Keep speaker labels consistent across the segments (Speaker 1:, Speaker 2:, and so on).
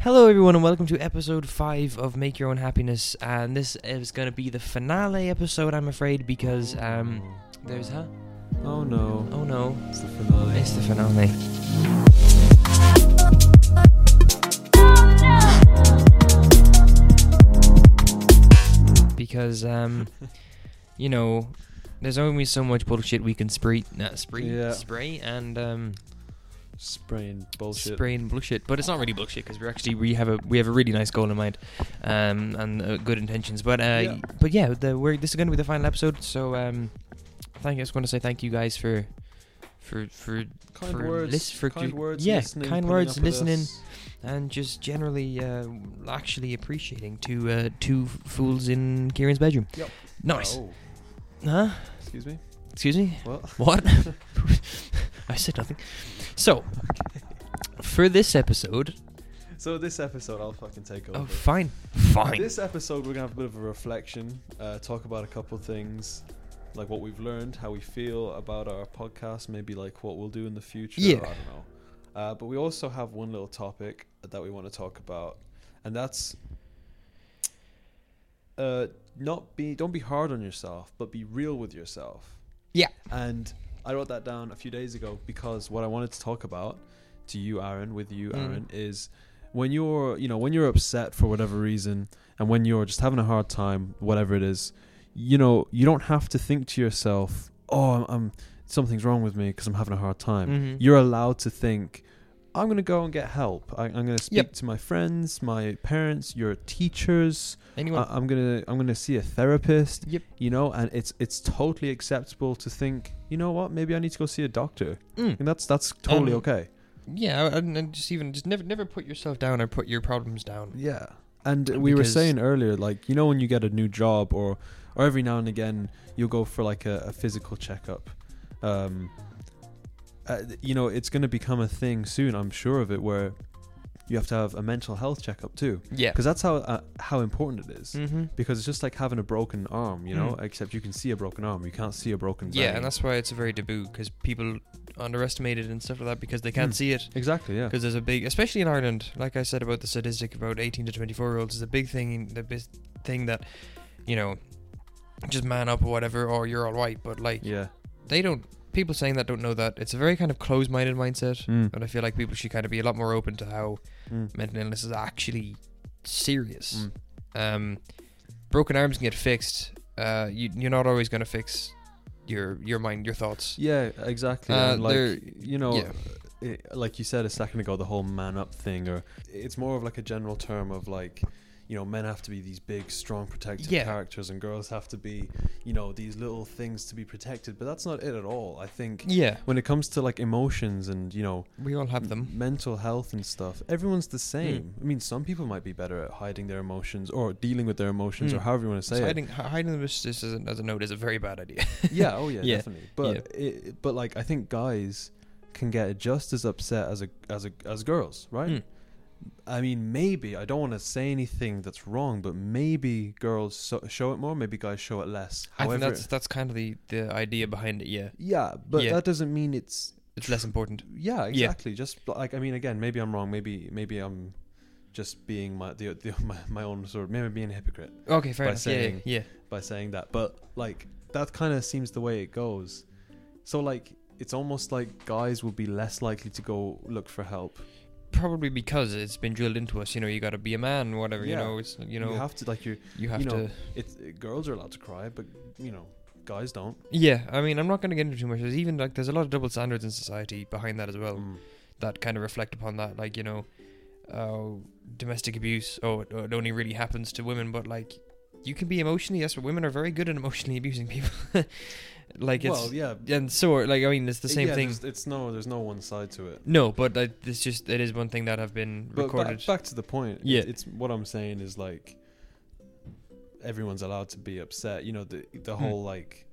Speaker 1: Hello, everyone, and welcome to episode 5 of Make Your Own Happiness. And this is going to be the finale episode, I'm afraid, because um, there's, huh?
Speaker 2: Oh no,
Speaker 1: Oh no,
Speaker 2: it's the finale.
Speaker 1: it's the finale. Because, um, you know, there's only so much bullshit we can spray, uh, spray,
Speaker 2: Yeah.
Speaker 1: spray, and um,
Speaker 2: Spraying bullshit.
Speaker 1: spraying bullshit, but it's not really bullshit because we're actually we have a we have a really nice goal in mind, um, and uh, good intentions. But uh,
Speaker 2: Yeah.
Speaker 1: but yeah, the, we're this is going to be the final episode, so um, thank. I just want to say thank you guys for for for
Speaker 2: kind
Speaker 1: for
Speaker 2: words.
Speaker 1: lis- for
Speaker 2: kind
Speaker 1: ju-
Speaker 2: words.
Speaker 1: yeah,
Speaker 2: listening,
Speaker 1: kind
Speaker 2: putting
Speaker 1: words,
Speaker 2: up with
Speaker 1: listening.
Speaker 2: us.
Speaker 1: and just generally uh, actually appreciating two uh, two f- fools in Kieran's bedroom.
Speaker 2: Yep.
Speaker 1: Nice,
Speaker 2: Oh,
Speaker 1: huh?
Speaker 2: excuse me.
Speaker 1: Excuse me.
Speaker 2: What?
Speaker 1: What? I said nothing. So. For this episode,
Speaker 2: So this episode, I'll fucking take over.
Speaker 1: oh, fine, fine.
Speaker 2: This episode, we're gonna have a bit of a reflection. Uh, talk about a couple things, like what we've learned, how we feel about our podcast, maybe like what we'll do in the future.
Speaker 1: Yeah.
Speaker 2: I don't know. Uh, but we also have one little topic that we want to talk about, and that's uh, not be don't be hard on yourself, but be real with yourself.
Speaker 1: Yeah.
Speaker 2: And I wrote that down a few days ago because what I wanted to talk about to you, Aaron, with you,
Speaker 1: Mm.
Speaker 2: Aaron, is when you're you know when you're upset for whatever reason, and when you're just having a hard time, whatever it is, you know you don't have to think to yourself, oh, I'm, I'm something's wrong with me because I'm having a hard time.
Speaker 1: Mhm.
Speaker 2: You're allowed to think. I'm gonna go and get help. I, I'm gonna speak
Speaker 1: Yep.
Speaker 2: to my friends, my parents, your teachers,
Speaker 1: Anyone?
Speaker 2: I, I'm gonna I'm gonna see a therapist.
Speaker 1: Yep.
Speaker 2: You know, and it's it's totally acceptable to think. You know what? Maybe I need to go see a doctor.
Speaker 1: Mm.
Speaker 2: And that's that's totally
Speaker 1: Um,
Speaker 2: okay.
Speaker 1: Yeah, and, and just even just never never put yourself down or put your problems down.
Speaker 2: Yeah. And we were
Speaker 1: Because-
Speaker 2: saying earlier, like you know, when you get a new job, or or every now and again, you'll go for like a, a physical checkup. Um, uh, you know, it's going to become a thing soon. I'm sure of it, where you have to have a mental health checkup too,
Speaker 1: Yeah.
Speaker 2: because that's how uh, how important it is.
Speaker 1: Mm-hmm.
Speaker 2: because it's just like having a broken arm, you know.
Speaker 1: Mm.
Speaker 2: Except you can see a broken arm, you can't see a broken brain.
Speaker 1: Yeah, and that's why it's very taboo because people underestimate it and stuff like that because they can't
Speaker 2: Mm.
Speaker 1: see it.
Speaker 2: exactly yeah.
Speaker 1: Because there's a big, especially in Ireland, like I said about the statistic about 18 to 24 year olds, is a big thing, the big thing that, you know, just man up or whatever, or you're all right. But like,
Speaker 2: Yeah,
Speaker 1: they don't, people saying that don't know that. It's a very kind of closed minded mindset.
Speaker 2: Mm.
Speaker 1: And I feel like people should kind of be a lot more open to how
Speaker 2: Mm.
Speaker 1: mental illness is actually serious.
Speaker 2: Mm.
Speaker 1: um, broken arms can get fixed. Uh, you, you're not always going to fix your your mind, your thoughts.
Speaker 2: yeah, exactly.
Speaker 1: Uh,
Speaker 2: and like
Speaker 1: there-
Speaker 2: you know,
Speaker 1: yeah.
Speaker 2: it, like you said a second ago, the whole man up thing, or it's more of like a general term of like, you know, men have to be these big, strong, protective
Speaker 1: Yeah.
Speaker 2: characters, and girls have to be, you know, these little things to be protected. But that's not it at all. I think
Speaker 1: Yeah,
Speaker 2: when it comes to like emotions and you know
Speaker 1: we all have them. Hmm.
Speaker 2: mental health and stuff everyone's the same i mean some people might be better at hiding their emotions or dealing with their emotions or
Speaker 1: Mm.
Speaker 2: however you want to say
Speaker 1: So hiding, hi- hiding them as, as, a, as a note is a very bad idea.
Speaker 2: it yeah oh yeah,
Speaker 1: Yeah.
Speaker 2: definitely but It, but like i think guys can get just as upset as a as a as girls right
Speaker 1: Mm.
Speaker 2: i mean maybe i don't want to say anything that's wrong but maybe girls so, show it more maybe guys show it less
Speaker 1: I think
Speaker 2: however
Speaker 1: that's that's kind of the, the idea behind it. Yeah,
Speaker 2: yeah but
Speaker 1: Yeah.
Speaker 2: that doesn't mean it's
Speaker 1: it's less important.
Speaker 2: Yeah,
Speaker 1: Yeah.
Speaker 2: exactly. Just bl- like I mean, again, maybe I'm wrong. Maybe maybe I'm just being my the, the my, my own sort. Of, maybe I'm being a hypocrite
Speaker 1: Okay, fair
Speaker 2: By
Speaker 1: enough. Yeah,
Speaker 2: saying-
Speaker 1: yeah, yeah.
Speaker 2: by saying that. But like that kind of seems the way it goes. So like it's almost like guys will be less likely to go look for help.
Speaker 1: Probably because it's been drilled into us. You know, you got to be a man, whatever. You
Speaker 2: Yeah.
Speaker 1: know, it's you know,
Speaker 2: you have to like you.
Speaker 1: you have
Speaker 2: you know,
Speaker 1: to.
Speaker 2: It's girls are allowed to cry, but you know, guys don't.
Speaker 1: Yeah, I mean, I'm not going to get into too much. There's even like there's a lot of double standards in society behind that as well.
Speaker 2: Mm.
Speaker 1: that kind of reflect upon that like you know uh, domestic abuse oh it, it only really happens to women but like you can be emotionally yes but women are very good at emotionally abusing people like it's
Speaker 2: well, yeah,
Speaker 1: and so are- like i mean it's the same
Speaker 2: yeah,
Speaker 1: thing
Speaker 2: there's- It's no, there's no one side to it.
Speaker 1: no but like, it's just it is one thing that have been
Speaker 2: But ba-
Speaker 1: recorded
Speaker 2: back, to the point.
Speaker 1: Yeah.
Speaker 2: It's, it's what I'm saying is like everyone's allowed to be upset. You know the the
Speaker 1: Hmm.
Speaker 2: whole like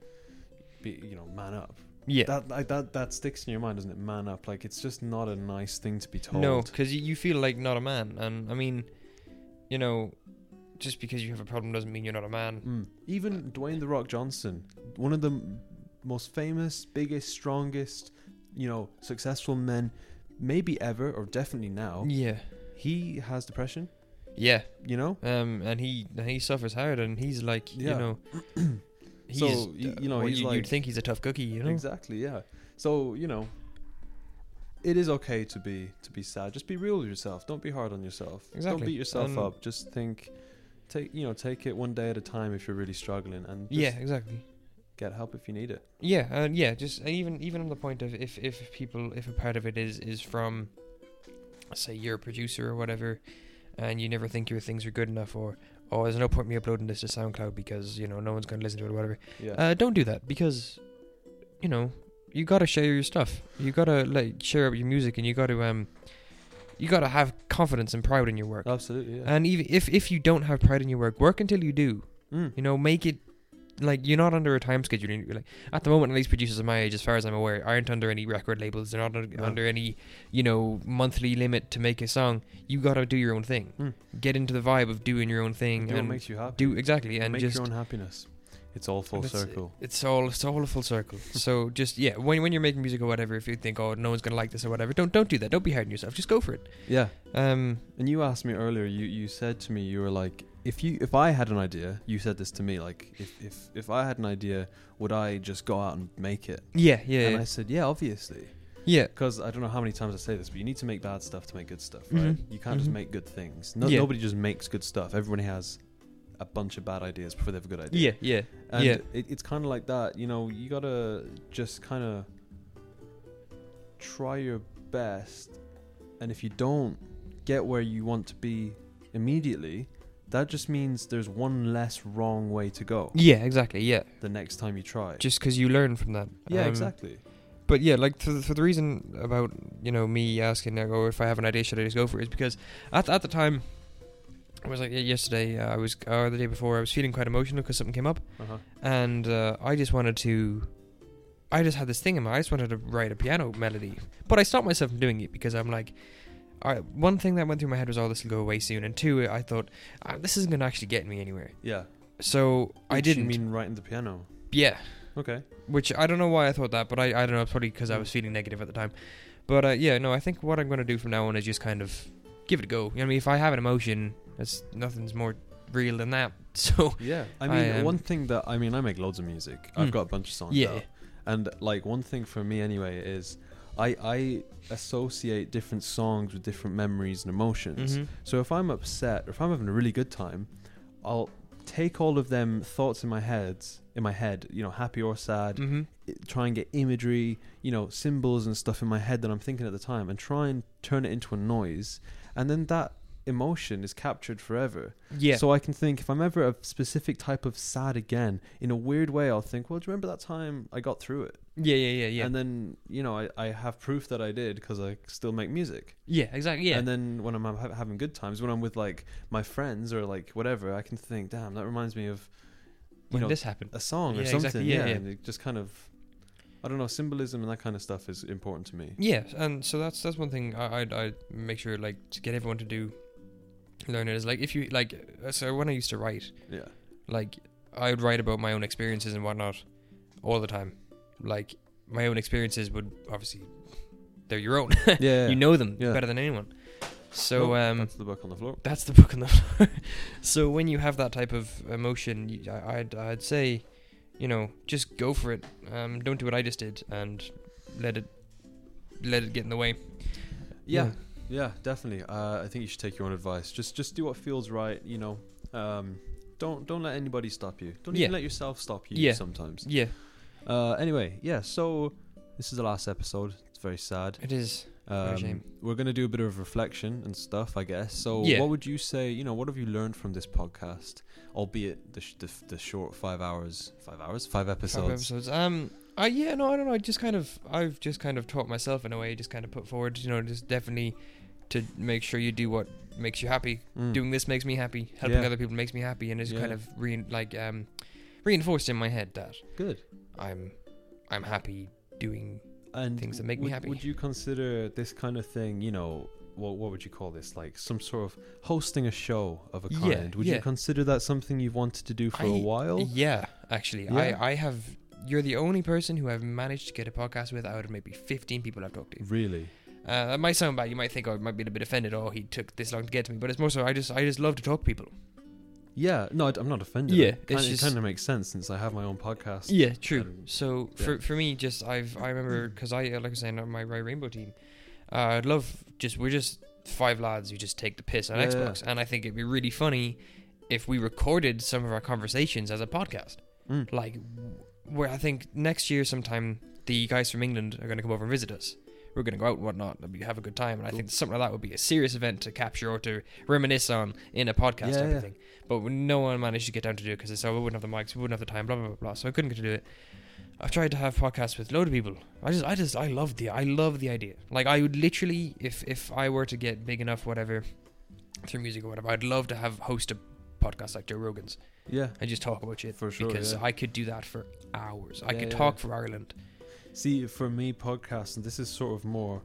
Speaker 2: be you know man up.
Speaker 1: yeah
Speaker 2: That like that that sticks in your mind, doesn't it? Man up. Like it's just not a nice thing to be told.
Speaker 1: No, because you, you feel like not a man and i mean you know just because you have a problem doesn't mean you're not a man
Speaker 2: Mm. Even Dwayne the Rock Johnson, one of the m- most famous, biggest, strongest, you know, successful men maybe ever or definitely now.
Speaker 1: yeah
Speaker 2: he has depression.
Speaker 1: Yeah.
Speaker 2: You know,
Speaker 1: Um, and he and he suffers hard, and he's like,
Speaker 2: Yeah.
Speaker 1: you know, he's
Speaker 2: So, y- you know,
Speaker 1: well,
Speaker 2: he's
Speaker 1: you,
Speaker 2: like-
Speaker 1: would think he's a tough cookie, you know.
Speaker 2: Exactly, yeah. So, you know, it is okay to be to be sad. Just be real with yourself. Don't be hard on yourself. Don't
Speaker 1: Exactly.
Speaker 2: beat yourself
Speaker 1: And-
Speaker 2: up. Just think take you know, take it one day at a time if you're really struggling and just
Speaker 1: Yeah, exactly.
Speaker 2: get help if you need it.
Speaker 1: Yeah, and yeah, just uh, even even on the point of if if people if a part of it is is from, say you're a producer or whatever, and you never think your things are good enough, or oh there's no point me uploading this to SoundCloud because you know no one's gonna listen to it or whatever.
Speaker 2: Yeah.
Speaker 1: Uh, don't do that because, you know, you gotta share your stuff. You gotta like share out your music, and you gotta um, you gotta have confidence and pride in your work.
Speaker 2: Absolutely, Uh, yeah.
Speaker 1: And even if if you don't have pride in your work, work until you do.
Speaker 2: Mm.
Speaker 1: You know, make it like you're not under a time schedule. You're Like at the moment, at least producers of my age, as far as I'm aware, aren't under any record labels. They're not under,
Speaker 2: No.
Speaker 1: under any you know monthly limit to make a song. You gotta do your own thing.
Speaker 2: Mm.
Speaker 1: Get into the vibe of doing your own thing
Speaker 2: do what
Speaker 1: and
Speaker 2: makes you happy.
Speaker 1: do exactly and
Speaker 2: make
Speaker 1: just
Speaker 2: your own happiness. It's all full
Speaker 1: That's-
Speaker 2: circle.
Speaker 1: it's all it's all a full circle. so just yeah, when when you're making music or whatever, if you think oh no one's gonna like this or whatever, don't don't do that. Don't be hard on yourself. Just go for it.
Speaker 2: Yeah.
Speaker 1: Um,
Speaker 2: And you asked me earlier. You you said to me you were like, if you if I had an idea, you said this to me like, if if if I had an idea, would I just go out and make it?
Speaker 1: yeah, yeah,
Speaker 2: and
Speaker 1: yeah.
Speaker 2: I said, yeah, obviously,
Speaker 1: yeah.
Speaker 2: because I don't know how many times I say this, but you need to make bad stuff to make good stuff,
Speaker 1: Mhm.
Speaker 2: right? You can't just
Speaker 1: Mhm.
Speaker 2: make good things. No,
Speaker 1: Yeah.
Speaker 2: nobody just makes good stuff. Everybody has a bunch of bad ideas before they have a good idea.
Speaker 1: Yeah, yeah,
Speaker 2: And
Speaker 1: yeah.
Speaker 2: It, it's kind of like that, you know, you gotta just kind of try your best. And if you don't get where you want to be immediately, that just means there's one less wrong way to go
Speaker 1: yeah, exactly. Yeah,
Speaker 2: the next time you try.
Speaker 1: just because you learn from that.
Speaker 2: yeah,
Speaker 1: Um,
Speaker 2: exactly.
Speaker 1: But yeah, like for the, for the reason about you know me asking like, oh, if I have an idea, should I just go for it? Is because at at the time, I was like yeah, yesterday, uh, I was or the day before, I was feeling quite emotional because something came up,
Speaker 2: Uh-huh.
Speaker 1: and uh, I just wanted to. I just had this thing in my. I just wanted to write a piano melody, but I stopped myself from doing it because I'm like, I one thing that went through my head was, "Oh, this will go away soon," and two, I thought, ah, "This isn't gonna actually get me anywhere."
Speaker 2: Yeah.
Speaker 1: So I
Speaker 2: Which you
Speaker 1: didn't.
Speaker 2: mean writing the piano.
Speaker 1: yeah,
Speaker 2: Okay.
Speaker 1: which I don't know why I thought that, but I I don't know. Probably because I was feeling negative at the time. But uh, yeah, no, I think what I'm gonna do from now on is just kind of give it a go. You know, what I mean, if I have an emotion, that's nothing's more real than that. So
Speaker 2: Yeah, I
Speaker 1: I,
Speaker 2: mean,
Speaker 1: um,
Speaker 2: one thing that I mean, I make loads of music. I've
Speaker 1: Mm.
Speaker 2: got a bunch of songs.
Speaker 1: Yeah.
Speaker 2: out. and like one thing for me anyway is, I I associate different songs with different memories and emotions.
Speaker 1: Mhm.
Speaker 2: So if I'm upset or if I'm having a really good time, I'll take all of them thoughts in my head, in my head, you know, happy or sad,
Speaker 1: Mhm.
Speaker 2: i- try and get imagery, you know, symbols and stuff in my head that I'm thinking at the time and try and turn it into a noise. And then that emotion is captured forever.
Speaker 1: yeah,
Speaker 2: So I can think if I'm ever a specific type of sad again, in a weird way, I'll think, well, do you remember that time I got through it?
Speaker 1: yeah, yeah, yeah, yeah,
Speaker 2: And then, you know, I, I have proof that I did because I still make music.
Speaker 1: yeah, exactly, yeah.
Speaker 2: And then when I'm ha- having good times, when I'm with like my friends or like whatever, I can think, damn, that reminds me of, you
Speaker 1: when
Speaker 2: know,
Speaker 1: this happened.
Speaker 2: a song or
Speaker 1: Yeah,
Speaker 2: something.
Speaker 1: exactly,
Speaker 2: yeah,
Speaker 1: yeah, yeah.
Speaker 2: And it just kind of, I don't know, symbolism and that kind of stuff is important to me.
Speaker 1: Yeah, and so that's that's one thing I I'd, I'd make sure like to get everyone to do, learn it is like if you like. uh, So when I used to write,
Speaker 2: Yeah.
Speaker 1: like I would write about my own experiences and whatnot all the time. Like my own experiences would obviously they're your own.
Speaker 2: Yeah.
Speaker 1: you know them
Speaker 2: Yeah.
Speaker 1: better than anyone. So
Speaker 2: Oh,
Speaker 1: um,
Speaker 2: that's the book on the floor.
Speaker 1: that's the book on the floor. so when you have that type of emotion, you, I, I'd I'd say, you know, just go for it. Um, don't do what I just did and let it let it get in the way.
Speaker 2: yeah yeah definitely uh, i think you should take your own advice just just do what feels right you know um, don't don't let anybody stop you don't even
Speaker 1: Yeah.
Speaker 2: let yourself stop you
Speaker 1: Yeah.
Speaker 2: sometimes
Speaker 1: Yeah,
Speaker 2: uh, anyway yeah so this is the last episode it's very sad
Speaker 1: it is.
Speaker 2: um,
Speaker 1: shame.
Speaker 2: we're gonna do a bit of reflection and stuff i guess so
Speaker 1: Yeah.
Speaker 2: what would you say you know what have you learned from this podcast albeit the, sh- the, f- the short five hours five hours five
Speaker 1: Five
Speaker 2: episodes
Speaker 1: episodes. Um, I yeah, no, I don't know. I just kind of I've just kind of taught myself in a way. Just kind of put forward, you know, just definitely to make sure you do what makes you happy.
Speaker 2: Mm.
Speaker 1: Doing this makes me happy. Helping
Speaker 2: Yeah.
Speaker 1: other people makes me happy, and it's
Speaker 2: Yeah.
Speaker 1: kind of re- like um reinforced in my head that
Speaker 2: good
Speaker 1: I'm I'm happy doing
Speaker 2: and
Speaker 1: things that make me
Speaker 2: would,
Speaker 1: happy.
Speaker 2: Would you consider this kind of thing, you know, what what would you call this? Like some sort of hosting a show of a
Speaker 1: Yeah,
Speaker 2: kind. would you
Speaker 1: yeah.
Speaker 2: consider that something you've wanted to do for a
Speaker 1: I-
Speaker 2: while?
Speaker 1: Yeah, actually,
Speaker 2: Yeah.
Speaker 1: I I have.
Speaker 2: Hmm.
Speaker 1: You're the only person who I've managed to get a podcast with out of maybe 15 people I've talked to.
Speaker 2: Really?
Speaker 1: Uh, that might sound bad. You might think, oh, I might be a bit offended. Oh, he took this long to get to me. But it's more so I just I just love to talk to people.
Speaker 2: Yeah, no, I- I'm not offended.
Speaker 1: Yeah,
Speaker 2: it kind,
Speaker 1: it's
Speaker 2: it
Speaker 1: just-
Speaker 2: kind of makes sense since I have my own podcast.
Speaker 1: Yeah, true.
Speaker 2: and-
Speaker 1: so
Speaker 2: yeah. Mm.
Speaker 1: for for me, just I've I remember because I uh, like I was saying on my, my rainbow team, uh, I'd love just we're just five lads who just take the piss on
Speaker 2: Yeah, yeah.
Speaker 1: Xbox, and I think it'd be really funny if we recorded some of our conversations as a podcast.
Speaker 2: Mm.
Speaker 1: Like, where I think next year sometime the guys from England are going to come over and visit us. We're going to go out and whatnot, and we have a good time. And I think something like that would be a serious event to capture or to reminisce on in a podcast
Speaker 2: Yeah,
Speaker 1: type
Speaker 2: yeah.
Speaker 1: of thing. But no one managed to get down to do it because they said "Oh, we wouldn't have the mics, we wouldn't have the time, blah blah blah. blah. So I couldn't get to do it. I've tried to have podcasts with load of people. I just, I just, I love the, I love the idea. Like I would literally, if if I were to get big enough, whatever, through music or whatever, I'd love to have host a podcast like Joe Rogan's
Speaker 2: Yeah.
Speaker 1: and just talk about shit.
Speaker 2: For sure,
Speaker 1: because
Speaker 2: yeah.
Speaker 1: I could do that for hours. I
Speaker 2: Yeah,
Speaker 1: could
Speaker 2: yeah,
Speaker 1: talk
Speaker 2: yeah.
Speaker 1: for Ireland.
Speaker 2: See, for me, podcasts, and this is sort of more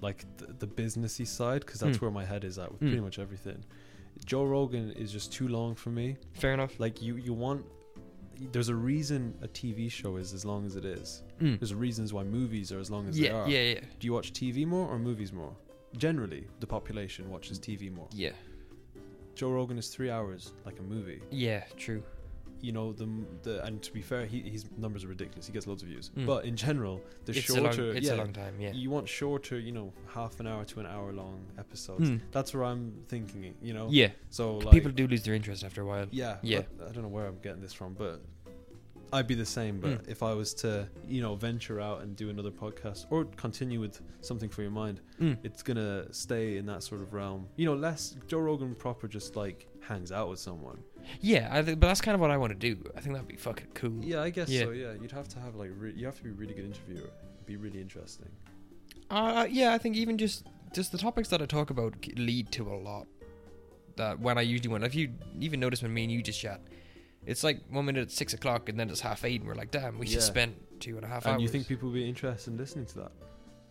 Speaker 2: like th- the businessy side because that's
Speaker 1: Mm.
Speaker 2: where my head is at with
Speaker 1: Mm.
Speaker 2: pretty much everything. Joe Rogan is just too long for me.
Speaker 1: Fair enough.
Speaker 2: Like you, you want. There's a reason a TV show is as long as it is. There's reasons why movies are as long as they
Speaker 1: Yeah,
Speaker 2: are.
Speaker 1: yeah, yeah,
Speaker 2: Do you watch TV more or movies more? Generally, the population watches TV more.
Speaker 1: yeah,
Speaker 2: Joe Rogan is three hours, like a movie.
Speaker 1: yeah. True.
Speaker 2: You know the the and to be fair, he, his numbers are ridiculous. He gets loads of views.
Speaker 1: Mm.
Speaker 2: But in general, the
Speaker 1: it's a long,
Speaker 2: shorter,
Speaker 1: it's
Speaker 2: yeah,
Speaker 1: a long time. Yeah.
Speaker 2: you want shorter, you know, half an hour to an hour long episodes.
Speaker 1: Mm.
Speaker 2: That's where I'm thinking. You know,
Speaker 1: Yeah.
Speaker 2: So
Speaker 1: 'Cause
Speaker 2: like,
Speaker 1: people do lose their interest after a while.
Speaker 2: Yeah,
Speaker 1: Yeah.
Speaker 2: but I don't know where I'm getting this from, but I'd be the same. But
Speaker 1: Mm.
Speaker 2: if I was to, you know, venture out and do another podcast or continue with something for your mind,
Speaker 1: Mm.
Speaker 2: it's gonna stay in that sort of realm. You know, less Joe Rogan proper just like hangs out with someone.
Speaker 1: Yeah, I th- but that's kind of what I want to do. I think that'd be fucking cool.
Speaker 2: Yeah, I guess
Speaker 1: Yeah.
Speaker 2: so. Yeah, you'd have to have like re- you have to be a really good interviewer. Be really interesting.
Speaker 1: Uh, yeah, I think even just just the topics that I talk about c- lead to a lot. That when I usually when if you even notice when me and you just chat, it's like one minute it's six o'clock and then it's half eight and we're like, damn, we
Speaker 2: Yeah.
Speaker 1: just spent two and a half
Speaker 2: and
Speaker 1: hours.
Speaker 2: you think people would be interested in listening to that?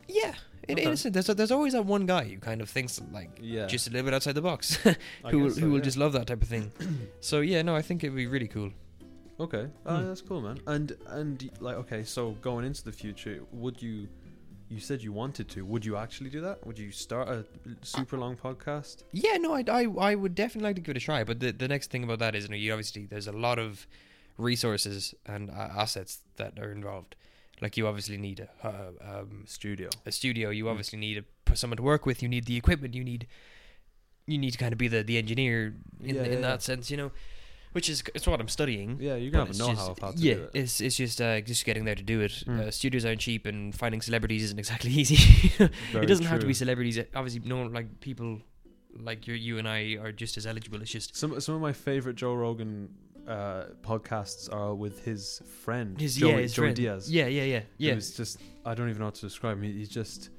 Speaker 1: yeah, in
Speaker 2: Okay.
Speaker 1: innocent. There's there's always that one guy who kind of thinks like
Speaker 2: Yeah,
Speaker 1: just a little bit outside the box
Speaker 2: I
Speaker 1: who will,
Speaker 2: guess so,
Speaker 1: who will
Speaker 2: yeah.
Speaker 1: just love that type of thing. so yeah, no, I think it'd be really cool.
Speaker 2: Okay, uh,
Speaker 1: Hmm.
Speaker 2: that's cool, man. And and like, okay, so going into the future, would you? You said you wanted to. Would you actually do that? Would you start a super long podcast?
Speaker 1: Yeah, no, I, I, I would definitely like to give it a try. But the, the next thing about that is, you know, you obviously there's a lot of resources and uh, assets that are involved. Like you obviously need a uh, um,
Speaker 2: Studio.
Speaker 1: a studio. You
Speaker 2: Mm.
Speaker 1: obviously need a, p- someone to work with. You need the equipment. You need you need to kind of be the, the engineer in,
Speaker 2: Yeah,
Speaker 1: in that
Speaker 2: yeah, yeah.
Speaker 1: sense, you know. Which is it's what I'm studying.
Speaker 2: Yeah, you
Speaker 1: but
Speaker 2: can have a
Speaker 1: it's
Speaker 2: know-how
Speaker 1: just-
Speaker 2: of how to
Speaker 1: yeah,
Speaker 2: do it.
Speaker 1: it's it's just uh, just getting there to do it.
Speaker 2: Mm.
Speaker 1: Uh, studios aren't cheap, and finding celebrities isn't exactly easy.
Speaker 2: Very
Speaker 1: it doesn't have to
Speaker 2: true.
Speaker 1: be celebrities. Obviously, no, like people like you, you and I are just as eligible. It's just
Speaker 2: Some some of my favorite Joe Rogan uh, podcasts are with his friend,
Speaker 1: his
Speaker 2: Joey,
Speaker 1: yeah, his
Speaker 2: Joey
Speaker 1: friend.
Speaker 2: Diaz.
Speaker 1: Yeah, yeah, yeah, yeah.
Speaker 2: Who's just I don't even know how to describe him. He- He's just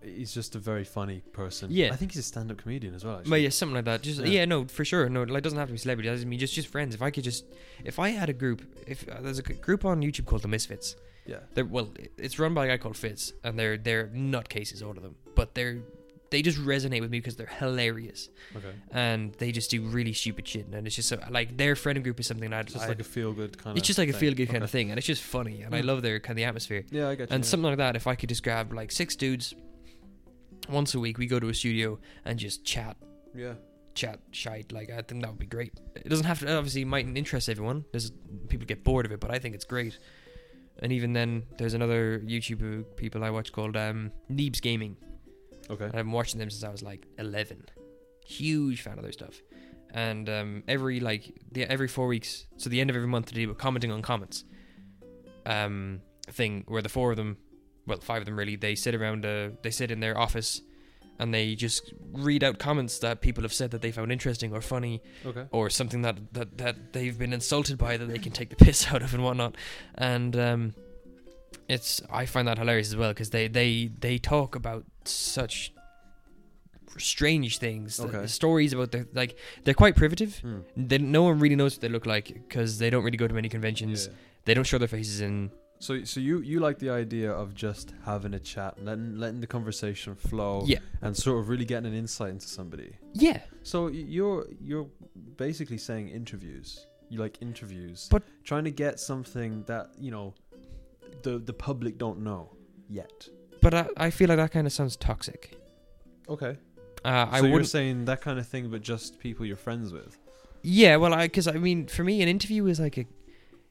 Speaker 2: he's just a very funny person.
Speaker 1: Yeah.
Speaker 2: I think he's a stand-up comedian as well. Actually.
Speaker 1: But yeah, something like that. Just yeah.
Speaker 2: Yeah.
Speaker 1: no, for sure. No, like it doesn't have to be celebrities. I mean, just just friends. If I could just, if I had a group, if uh, there's a g- group on YouTube called the Misfits.
Speaker 2: yeah.
Speaker 1: They're well, it's run by a guy called Fitz, and they're they're nutcases, all of them. But they're they just resonate with me because they're hilarious,
Speaker 2: Okay.
Speaker 1: and they just do really stupid shit. And it's just so like their friend group is something I'd.
Speaker 2: It's just
Speaker 1: I'd-
Speaker 2: like a feel-good kind of.
Speaker 1: it's just like a
Speaker 2: thing.
Speaker 1: feel good kind of
Speaker 2: Okay.
Speaker 1: thing, and it's just funny, and I
Speaker 2: Mm.
Speaker 1: love their kind of the atmosphere
Speaker 2: Yeah, I get you.
Speaker 1: and
Speaker 2: yeah.
Speaker 1: something like that. If I could just grab like six dudes, once a week we go to a studio and just chat,
Speaker 2: Yeah.
Speaker 1: chat shite. Like I think that would be great. It doesn't have to obviously it mightn't interest everyone. There's people get bored of it, but I think it's great. And even then, there's another YouTube people I watch called um, Neebs Gaming.
Speaker 2: Okay.
Speaker 1: I've been watching them since I was like 11. Huge fan of their stuff. And um, every like the, every four weeks, so the end of every month, they do a commenting on comments um, thing where the four of them, well, five of them really, they sit around, uh, they sit in their office, and they just read out comments that people have said that they found interesting or funny
Speaker 2: Okay.
Speaker 1: or something that, that, that they've been insulted by that they can take the piss out of and whatnot. And um, it's I find that hilarious as well because they, they, they talk about such strange things,
Speaker 2: Okay.
Speaker 1: the, stories about their like they're quite privative.
Speaker 2: Mm.
Speaker 1: They, no one really knows what they look like because they don't really go to many conventions.
Speaker 2: Yeah.
Speaker 1: They don't show their faces in.
Speaker 2: So, so you you like the idea of just having a chat, letting letting the conversation flow,
Speaker 1: Yeah.
Speaker 2: and sort of really getting an insight into somebody.
Speaker 1: Yeah,
Speaker 2: So y- you're you're basically saying interviews. You like interviews,
Speaker 1: But-
Speaker 2: trying to get something that you know the the public don't know yet.
Speaker 1: But I, I feel like that kind of sounds toxic.
Speaker 2: Okay.
Speaker 1: Uh, I
Speaker 2: so
Speaker 1: would
Speaker 2: you're saying that kind of thing, but just people you're friends with.
Speaker 1: Yeah, well, I because I mean, for me, an interview is like a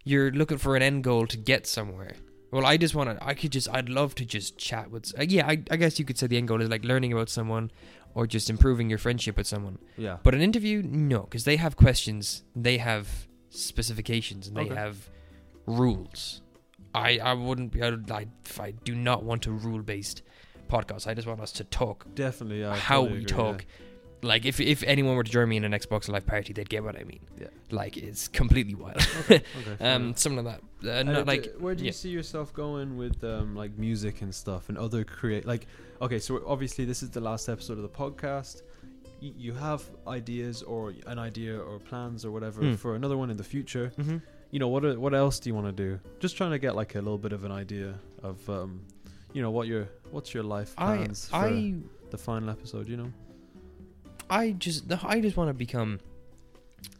Speaker 1: you're looking for an end goal to get somewhere. Well, I just want to. I could just. I'd love to just chat with. s- Uh, yeah, I, I guess you could say the end goal is like learning about someone, or just improving your friendship with someone.
Speaker 2: Yeah.
Speaker 1: But an interview, no, because they have questions, they have specifications, and they
Speaker 2: Okay.
Speaker 1: have rules. I I wouldn't be. I, would- I I do not want a rule based podcast. I just want us to talk
Speaker 2: Definitely. I
Speaker 1: how
Speaker 2: totally
Speaker 1: we
Speaker 2: agree,
Speaker 1: talk. Like if if anyone were to join me in an Xbox Live party, they'd get what I mean.
Speaker 2: Yeah.
Speaker 1: Like it's completely wild.
Speaker 2: Yeah. Okay, fair
Speaker 1: um,
Speaker 2: enough.
Speaker 1: something like that. Uh,
Speaker 2: And
Speaker 1: not
Speaker 2: d-
Speaker 1: like
Speaker 2: where do you
Speaker 1: yeah.
Speaker 2: see yourself going with um, like music and stuff and other create like okay so obviously this is the last episode of the podcast Y- you have ideas or an idea or plans or whatever
Speaker 1: Hmm.
Speaker 2: for another one in the future
Speaker 1: hmm
Speaker 2: you know what are, what else do you want to do just trying to get like a little bit of an idea of um, you know what your what's your life
Speaker 1: I
Speaker 2: plans for
Speaker 1: I
Speaker 2: the final episode you know
Speaker 1: I just the- I just want to become.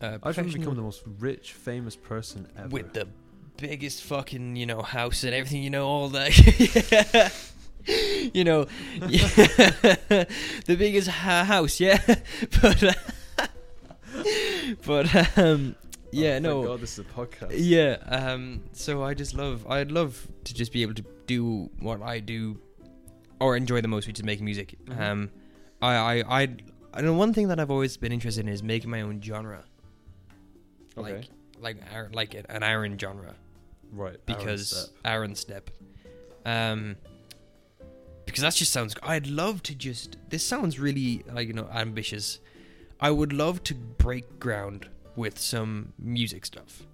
Speaker 1: Uh,
Speaker 2: i just want to
Speaker 1: professional
Speaker 2: become the most rich famous person ever
Speaker 1: with the biggest fucking you know house and everything you know all that. you know, the biggest ha- house, yeah. but uh, but um, yeah,
Speaker 2: oh,
Speaker 1: no.
Speaker 2: thank God, this is a podcast
Speaker 1: Yeah. Um. So I just love. I'd love to just be able to do what I do, or enjoy the most, which is making music.
Speaker 2: Mhm.
Speaker 1: Um. I I I. I know one thing that I've always been interested in is making my own genre,
Speaker 2: okay
Speaker 1: like like ir- like an- an iron genre
Speaker 2: right Aaron
Speaker 1: because
Speaker 2: Stepp.
Speaker 1: Aaron Step. Um, because that just sounds. I'd love to just. This sounds really like you know ambitious. I would love to break ground with some music stuff.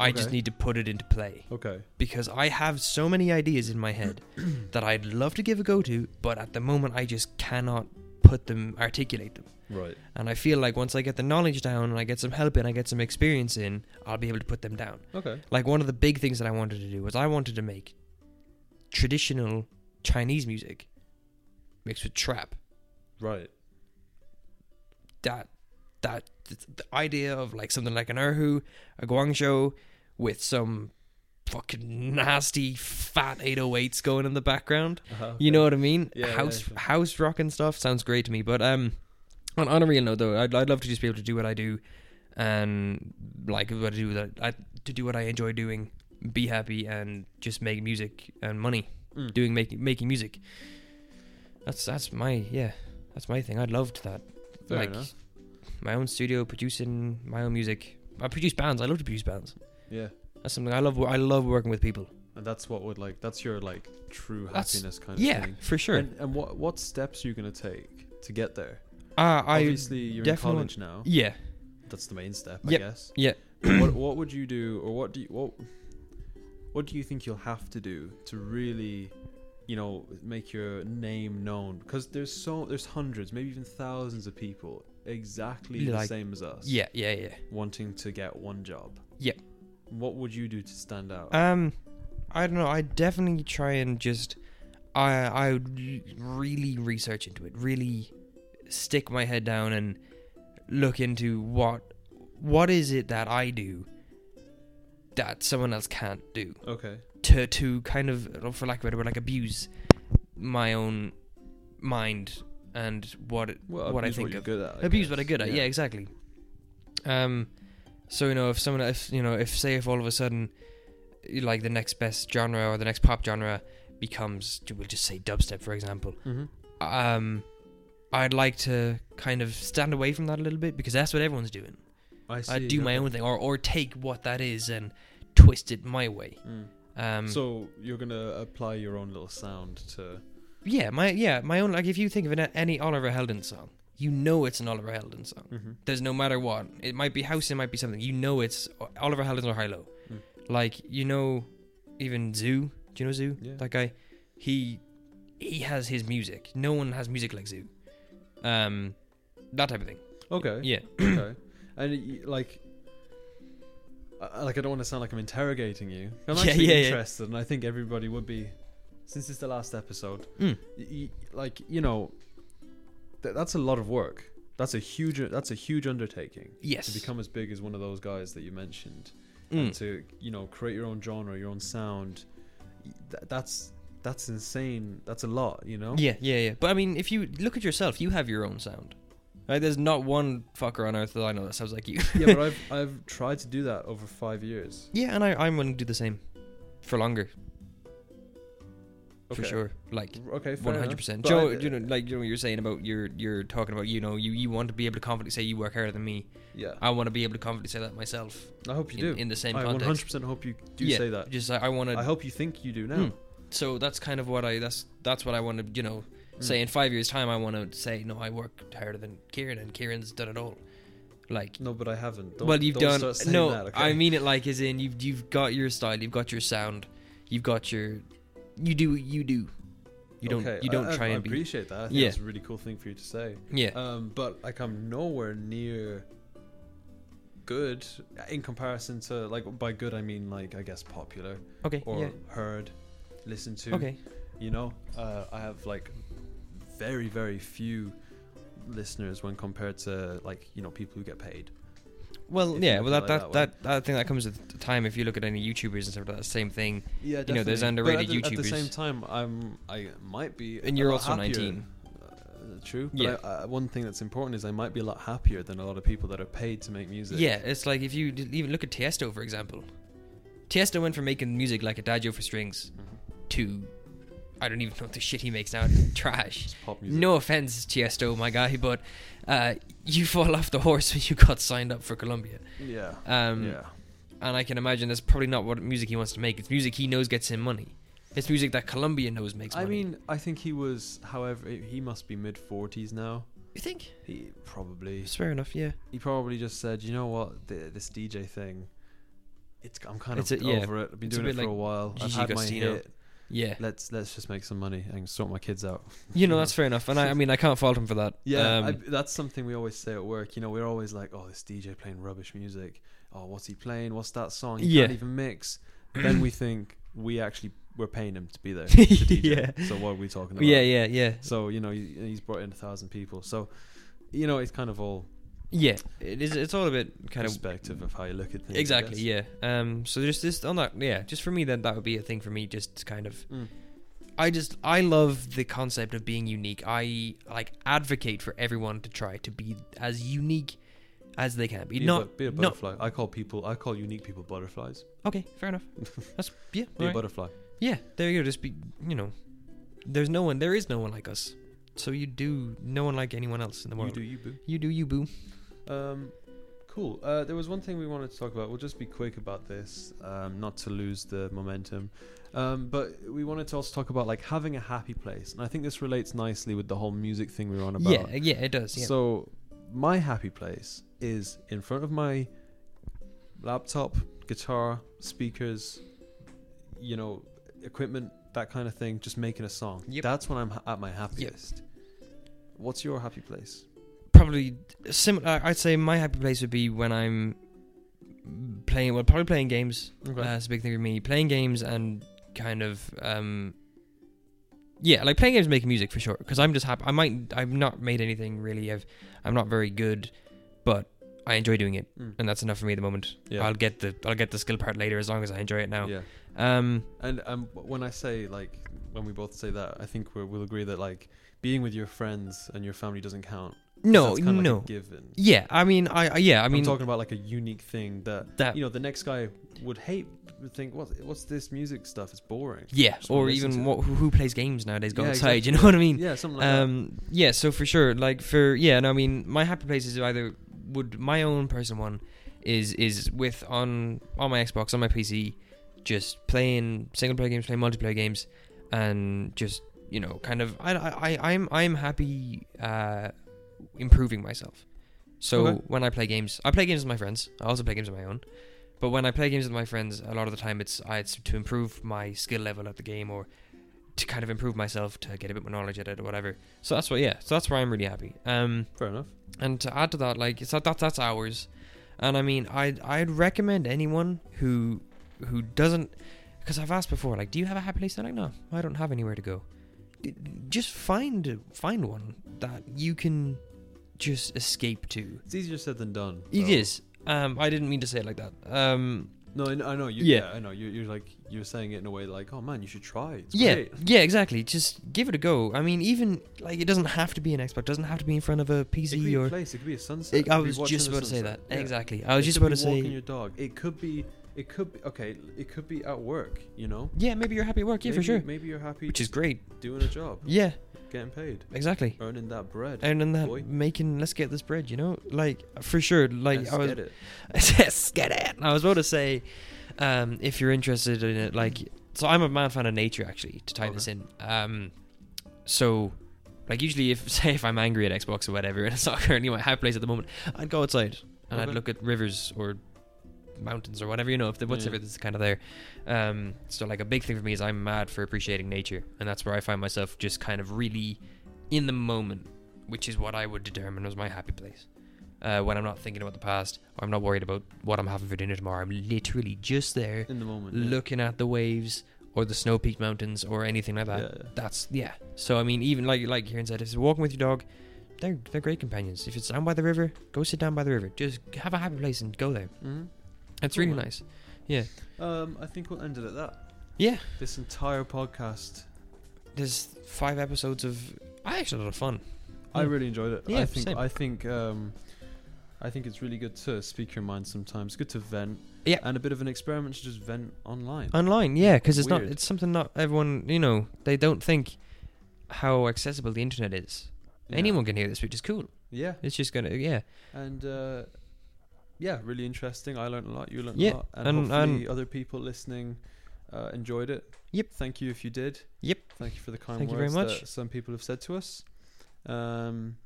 Speaker 1: I just
Speaker 2: Okay.
Speaker 1: need to put it into play
Speaker 2: okay
Speaker 1: because I have so many ideas in my head that I'd love to give a go to, but at the moment I just cannot put them, articulate them.
Speaker 2: right
Speaker 1: And I feel like once I get the knowledge down and I get some help in, I get some experience in, I'll be able to put them down
Speaker 2: okay
Speaker 1: like one of the big things that I wanted to do was I wanted to make traditional Chinese music mixed with trap.
Speaker 2: Right.
Speaker 1: That that th- the idea of like something like an erhu, a guangzhou, with some fucking nasty fat 808s going in the background.
Speaker 2: Uh-huh.
Speaker 1: You know what I mean?
Speaker 2: Yeah, yeah,
Speaker 1: house
Speaker 2: sure.
Speaker 1: house rock and stuff sounds great to me. But um, on, on a real note though, I'd, I'd love to just be able to do what I do, and like what I do that I, to do what I enjoy doing, be happy, and just make music and money
Speaker 2: Mm.
Speaker 1: doing making making music. That's that's my yeah, that's my thing. I'd love to that.
Speaker 2: Fair
Speaker 1: like
Speaker 2: enough.
Speaker 1: my own studio, producing my own music. I produce bands. I love to produce bands.
Speaker 2: Yeah.
Speaker 1: That's something I love. wo- I love working with people.
Speaker 2: And that's what would like that's your like true
Speaker 1: That's-
Speaker 2: happiness kind of
Speaker 1: Yeah,
Speaker 2: thing.
Speaker 1: for sure.
Speaker 2: And, and what what steps are you gonna take to get there?
Speaker 1: Uh, I
Speaker 2: Obviously you're in
Speaker 1: definitely-
Speaker 2: college now.
Speaker 1: yeah.
Speaker 2: That's the main step,
Speaker 1: Yep,
Speaker 2: I guess.
Speaker 1: yeah.
Speaker 2: what what would you do or what do you what what do you think you'll have to do to really you know make your name known because there's so there's hundreds maybe even thousands of people exactly the
Speaker 1: Like-
Speaker 2: same as us
Speaker 1: Yeah, yeah, yeah.
Speaker 2: wanting to get one job
Speaker 1: Yep.
Speaker 2: what would you do to stand out
Speaker 1: Um, I don't know. I definitely try and just, I I would really research into it. Really stick my head down and look into what what is it that I do that someone else can't do
Speaker 2: okay
Speaker 1: to to kind of for lack of a better word like abuse my own mind and what it,
Speaker 2: well,
Speaker 1: what I
Speaker 2: abuse
Speaker 1: think
Speaker 2: you're
Speaker 1: of
Speaker 2: good at, I
Speaker 1: abuse
Speaker 2: guess.
Speaker 1: what I'm good at. Yeah. exactly. Um, so you know, if someone, if you know, if say, if all of a sudden, you- like the next best genre or the next pop genre becomes, we'll just say dubstep, for example.
Speaker 2: Mhm.
Speaker 1: Um, I'd like to kind of stand away from that a little bit because that's what everyone's doing.
Speaker 2: I see.
Speaker 1: I do my
Speaker 2: okay.
Speaker 1: own thing, or or take what that is and twist it my way.
Speaker 2: Mm.
Speaker 1: Um,
Speaker 2: so you're gonna apply your own little sound to.
Speaker 1: yeah, my yeah, my own. Like if you think of an, any Oliver Heldon song, you know it's an Oliver Heldon song. there's no matter what. It might be house, it might be something. You know, it's Oliver Heldens or Hilo.
Speaker 2: Mm.
Speaker 1: Like you know, even Zoo. Do you know Zoo?
Speaker 2: Yeah.
Speaker 1: That guy. He he has his music. No one has music like Zoo. Um, that type of thing.
Speaker 2: Okay.
Speaker 1: Yeah.
Speaker 2: okay. And y- like, I, like I don't want to sound like I'm interrogating you. I'm
Speaker 1: Yeah,
Speaker 2: actually
Speaker 1: yeah, yeah.
Speaker 2: interested, and I think everybody would be, since it's the last episode.
Speaker 1: Mm.
Speaker 2: y- y- like you know, th- that's a lot of work. That's a huge. That's a huge undertaking
Speaker 1: Yes.
Speaker 2: to become as big as one of those guys that you mentioned.
Speaker 1: Mm.
Speaker 2: and to you know create your own genre your own sound Y- tha- that's that's insane. That's a lot, you know.
Speaker 1: Yeah, yeah, yeah. But I mean, if you look at yourself, you have your own sound. Like, there's not one fucker on earth that I know that sounds like you.
Speaker 2: yeah, but I've I've tried to do that over five years.
Speaker 1: yeah, and I, I'm willing to do the same for longer,
Speaker 2: Okay.
Speaker 1: for sure. Like
Speaker 2: Okay, fair
Speaker 1: one
Speaker 2: enough.
Speaker 1: hundred percent.
Speaker 2: But
Speaker 1: Joe,
Speaker 2: I- uh,
Speaker 1: you know, like you know, what you're saying about you're you're talking about you know you you want to be able to confidently say you work harder than me.
Speaker 2: Yeah,
Speaker 1: I want to be able to confidently say that myself
Speaker 2: I hope you
Speaker 1: uh, in,
Speaker 2: do.
Speaker 1: in the same
Speaker 2: I
Speaker 1: context.
Speaker 2: 100% hope you do
Speaker 1: Yeah,
Speaker 2: say that.
Speaker 1: Just I, I want
Speaker 2: I
Speaker 1: to.
Speaker 2: hope you think you do now.
Speaker 1: Hmm. So that's kind of what I that's that's what I want to you know
Speaker 2: Hmm.
Speaker 1: say in five years time. I want to say no, I work harder than Kieran, and Kieran's done it all. Like
Speaker 2: No, but I haven't. Don't,
Speaker 1: well, you've
Speaker 2: don't
Speaker 1: done
Speaker 2: Start saying
Speaker 1: no.
Speaker 2: that, okay?
Speaker 1: I mean it like as in you've you've got your style, you've got your sound, you've got your you do what you do. You don't
Speaker 2: Okay,
Speaker 1: you don't
Speaker 2: I, I-
Speaker 1: try
Speaker 2: I
Speaker 1: and be
Speaker 2: appreciate that. I think
Speaker 1: Yeah.
Speaker 2: that's a really cool thing for you to say.
Speaker 1: yeah
Speaker 2: Um, but like I'm nowhere near good in comparison to like by good I mean like I guess popular
Speaker 1: okay
Speaker 2: or
Speaker 1: yeah
Speaker 2: heard, listened to.
Speaker 1: okay
Speaker 2: You know, uh, I have like very very few listeners when compared to like you know people who get paid.
Speaker 1: well
Speaker 2: if you
Speaker 1: yeah
Speaker 2: look
Speaker 1: well
Speaker 2: at
Speaker 1: that
Speaker 2: it
Speaker 1: that,
Speaker 2: like
Speaker 1: that that thing that comes with the time if you look at any YouTubers and stuff like that same thing
Speaker 2: Yeah,
Speaker 1: You know, there's
Speaker 2: definitely. But
Speaker 1: underrated
Speaker 2: at the, At the
Speaker 1: YouTubers.
Speaker 2: same time, I'm I might be,
Speaker 1: and
Speaker 2: a
Speaker 1: you're
Speaker 2: lot
Speaker 1: also
Speaker 2: happier.
Speaker 1: 19
Speaker 2: Uh, true. But
Speaker 1: Yeah.
Speaker 2: I, I, one thing that's important is I might be a lot happier than a lot of people that are paid to make music.
Speaker 1: yeah it's like if you d- even look at Tiesto for example Tiesto went from making music like Adagio for strings
Speaker 2: Mm-hmm.
Speaker 1: to I don't even know what the shit he makes now trash
Speaker 2: It's pop music.
Speaker 1: No offense, Tiesto, my guy, but uh, you fall off the horse when you got signed up for Columbia.
Speaker 2: Yeah.
Speaker 1: Um,
Speaker 2: yeah.
Speaker 1: And I can imagine that's probably not what music he wants to make. It's music he knows gets him money. It's music that Columbia knows makes
Speaker 2: I
Speaker 1: money.
Speaker 2: mean, I think he was, however, he must be mid 40s now.
Speaker 1: you think?
Speaker 2: He probably,
Speaker 1: It's fair enough, yeah.
Speaker 2: he probably just said, you know what, Th this DJ thing, it's I'm kind
Speaker 1: It's
Speaker 2: of
Speaker 1: a- yeah.
Speaker 2: over it. I've been
Speaker 1: It's a
Speaker 2: doing it
Speaker 1: bit
Speaker 2: for a
Speaker 1: like
Speaker 2: while. I've
Speaker 1: Gigi
Speaker 2: had my
Speaker 1: Agostino.
Speaker 2: hit.
Speaker 1: Yeah.
Speaker 2: Let's let's just make some money and sort my kids out.
Speaker 1: You know, that's fair enough. And I, I mean, I can't fault him for that.
Speaker 2: Yeah,
Speaker 1: Um,
Speaker 2: I, that's something we always say at work. You know, we're always like, "Oh, this DJ playing rubbish music. Oh, what's he playing? What's that song? He can't
Speaker 1: Yeah.
Speaker 2: even mix." then we think we actually we're paying him to be there. To DJ.
Speaker 1: Yeah.
Speaker 2: So what are we talking about?
Speaker 1: yeah, yeah, yeah.
Speaker 2: So you know, he, he's brought in a thousand people. So you know, it's kind of all
Speaker 1: Yeah. It is, it's all a bit kind of
Speaker 2: perspective of how you look at things. I
Speaker 1: Exactly,
Speaker 2: guess.
Speaker 1: yeah. Um, so just this on that, yeah. Just for me, then that would be a thing for me. Just to kind of,
Speaker 2: Mm.
Speaker 1: I just I love the concept of being unique. I like advocate for everyone to try to be as unique as they can be.
Speaker 2: Be, a,
Speaker 1: not
Speaker 2: bu- be a
Speaker 1: not
Speaker 2: butterfly. I call people. I call unique people butterflies.
Speaker 1: okay, fair enough. That's yeah,
Speaker 2: Be a
Speaker 1: alright.
Speaker 2: butterfly.
Speaker 1: yeah. There you go. Just be you know, there's no one. There is no one like us. So you do no one like anyone else in the
Speaker 2: You
Speaker 1: world.
Speaker 2: do you boo.
Speaker 1: You do you boo.
Speaker 2: Um, cool. Uh, there was one thing we wanted to talk about. We'll just be quick about this, um, not to lose the momentum. Um, but we wanted to also talk about like having a happy place, and I think this relates nicely with the whole music thing we were on about.
Speaker 1: Yeah, yeah. It does. Yeah.
Speaker 2: So, my happy place is in front of my laptop, guitar, speakers, you know, equipment, that kind of thing. Just making a song.
Speaker 1: Yep.
Speaker 2: That's when I'm ha- at my happiest. What's your happy place?
Speaker 1: probably sim- uh, I'd say my happy place would be when I'm playing. Well, probably playing games.
Speaker 2: Okay.
Speaker 1: Uh, that's a big thing for me. Playing games and kind of um, yeah, like playing games, and making music for sure. Because I'm just happy. I might. I've not made anything really. I've. I'm not very good, but I enjoy doing it,
Speaker 2: Mm.
Speaker 1: and that's enough for me at the moment.
Speaker 2: Yeah.
Speaker 1: I'll get the I'll get the skill part later as long as I enjoy it now.
Speaker 2: Yeah.
Speaker 1: Um.
Speaker 2: And um, when I say like, when we both say that, I think we're, we'll agree that like being with your friends and your family doesn't count. 'cause
Speaker 1: No.
Speaker 2: that's kinda
Speaker 1: No.
Speaker 2: Like a given.
Speaker 1: yeah. I mean. I. I- Yeah. I
Speaker 2: I
Speaker 1: mean.
Speaker 2: am talking about like a unique thing that,
Speaker 1: That-
Speaker 2: you know the next guy would hate, would think what what's this music stuff? It's boring.
Speaker 1: yeah.
Speaker 2: Just wanna
Speaker 1: Or
Speaker 2: listen
Speaker 1: even
Speaker 2: to it.
Speaker 1: what, who, who plays games nowadays? Go
Speaker 2: Yeah,
Speaker 1: outside. You
Speaker 2: exactly.
Speaker 1: know what I mean?
Speaker 2: Yeah, something like
Speaker 1: um yeah so for sure like for yeah and i mean my happy places are either would my own personal one is is with on on my xbox on my pc just playing single player games playing multiplayer games and just you know kind of i i, I i'm i'm happy uh improving myself so
Speaker 2: Okay.
Speaker 1: when i play games i play games with my friends i also play games on my own but when i play games with my friends a lot of the time it's I- it's to improve my skill level at the game or to kind of improve myself to get a bit more knowledge at it or whatever. So that's what, yeah. So that's where I'm really happy. Um,
Speaker 2: that. Fair enough.
Speaker 1: and to add to that, like it's that, that that's ours, and I mean, I'd I'd recommend anyone who who doesn't, because I've asked before, like, do you have a happy place? They're like, no, I don't have anywhere to go. D- Just find find one that you can just escape to.
Speaker 2: It's easier said than done.
Speaker 1: It
Speaker 2: though.
Speaker 1: is. Um, I didn't mean to say it like that. Um,
Speaker 2: No, I, kn- I know. You,
Speaker 1: Yeah.
Speaker 2: yeah. I know. You, you're like you're saying it in a way like, oh man, you should try. It's
Speaker 1: yeah,
Speaker 2: great."
Speaker 1: yeah, exactly. Just give it a go. I mean, even like it doesn't have to be an Xbox, doesn't have to be in front of a
Speaker 2: It could
Speaker 1: PC
Speaker 2: be a
Speaker 1: or.
Speaker 2: place. It could be a sunset.
Speaker 1: It,
Speaker 2: It
Speaker 1: I
Speaker 2: could be
Speaker 1: was
Speaker 2: watching
Speaker 1: just
Speaker 2: the
Speaker 1: about to say that.
Speaker 2: sunset. Yeah.
Speaker 1: Exactly. I was
Speaker 2: It
Speaker 1: just
Speaker 2: could
Speaker 1: about to
Speaker 2: be walking
Speaker 1: say.
Speaker 2: your dog. It could be. It could be okay. It could be at work. You know.
Speaker 1: Yeah, maybe you're happy at work. Yeah,
Speaker 2: Maybe-
Speaker 1: for sure.
Speaker 2: Maybe you're happy
Speaker 1: Which is great.
Speaker 2: doing a job,
Speaker 1: Yeah, Uh,
Speaker 2: getting paid,
Speaker 1: exactly.
Speaker 2: earning that bread.
Speaker 1: And then that
Speaker 2: boy.
Speaker 1: making let's get this bread, you know, like for sure. Like
Speaker 2: Let's
Speaker 1: I was
Speaker 2: get it.
Speaker 1: Yes, get it. I was about to say, um, if you're interested in it, like, so I'm a mad fan of nature, actually, to tie
Speaker 2: Okay.
Speaker 1: this in. Um, so, like, usually, if say if I'm angry at Xbox or whatever, and it's not currently my high place at the moment, I'd go outside and I'd
Speaker 2: Okay.
Speaker 1: look at rivers or mountains or whatever, you know, if the whatever
Speaker 2: Yeah.
Speaker 1: that's kind of there. Um, so, like, a big thing for me is I'm mad for appreciating nature, and that's where I find myself just kind of really in the moment, which is what I would determine was my happy place uh, when I'm not thinking about the past or I'm not worried about what I'm having for dinner tomorrow. I'm literally just there
Speaker 2: in the moment. yeah.
Speaker 1: looking at the waves or the snow peaked mountains or anything like that.
Speaker 2: Yeah, yeah.
Speaker 1: That's yeah. So I mean, even like like Kieran said, if it's walking with your dog, they're they're great companions. If it's down by the river, go sit down by the river. Just have a happy place and go there.
Speaker 2: Mhm.
Speaker 1: It's
Speaker 2: Cool,
Speaker 1: really
Speaker 2: man.
Speaker 1: nice. Yeah,
Speaker 2: Um, I think we'll end it at that.
Speaker 1: yeah.
Speaker 2: This entire podcast,
Speaker 1: There's five episodes of. I actually had a lot of fun.
Speaker 2: I
Speaker 1: Yeah.
Speaker 2: really enjoyed it.
Speaker 1: Yeah,
Speaker 2: I think
Speaker 1: same.
Speaker 2: I think um, I think it's really good to speak your mind sometimes. Good to vent.
Speaker 1: Yeah.
Speaker 2: And a bit of an experiment to just vent online.
Speaker 1: online yeah because it's not
Speaker 2: Weird.
Speaker 1: it's something not everyone you know they don't think how accessible the internet is
Speaker 2: Yeah.
Speaker 1: anyone can hear this which is cool
Speaker 2: Yeah.
Speaker 1: it's just gonna yeah
Speaker 2: And uh, yeah, really interesting. I learned a lot. You learned
Speaker 1: Yeah,
Speaker 2: a lot. And,
Speaker 1: and-
Speaker 2: hopefully other people listening uh, enjoyed it.
Speaker 1: Yep.
Speaker 2: Thank you if you did.
Speaker 1: Yep.
Speaker 2: Thank you for the kind
Speaker 1: Thank you very
Speaker 2: words
Speaker 1: much.
Speaker 2: that some people have said to us. Um,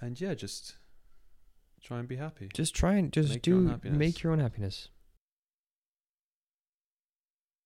Speaker 2: and yeah, just try and be happy.
Speaker 1: just try and just
Speaker 2: Make your own
Speaker 1: do
Speaker 2: happiness.
Speaker 1: make your own happiness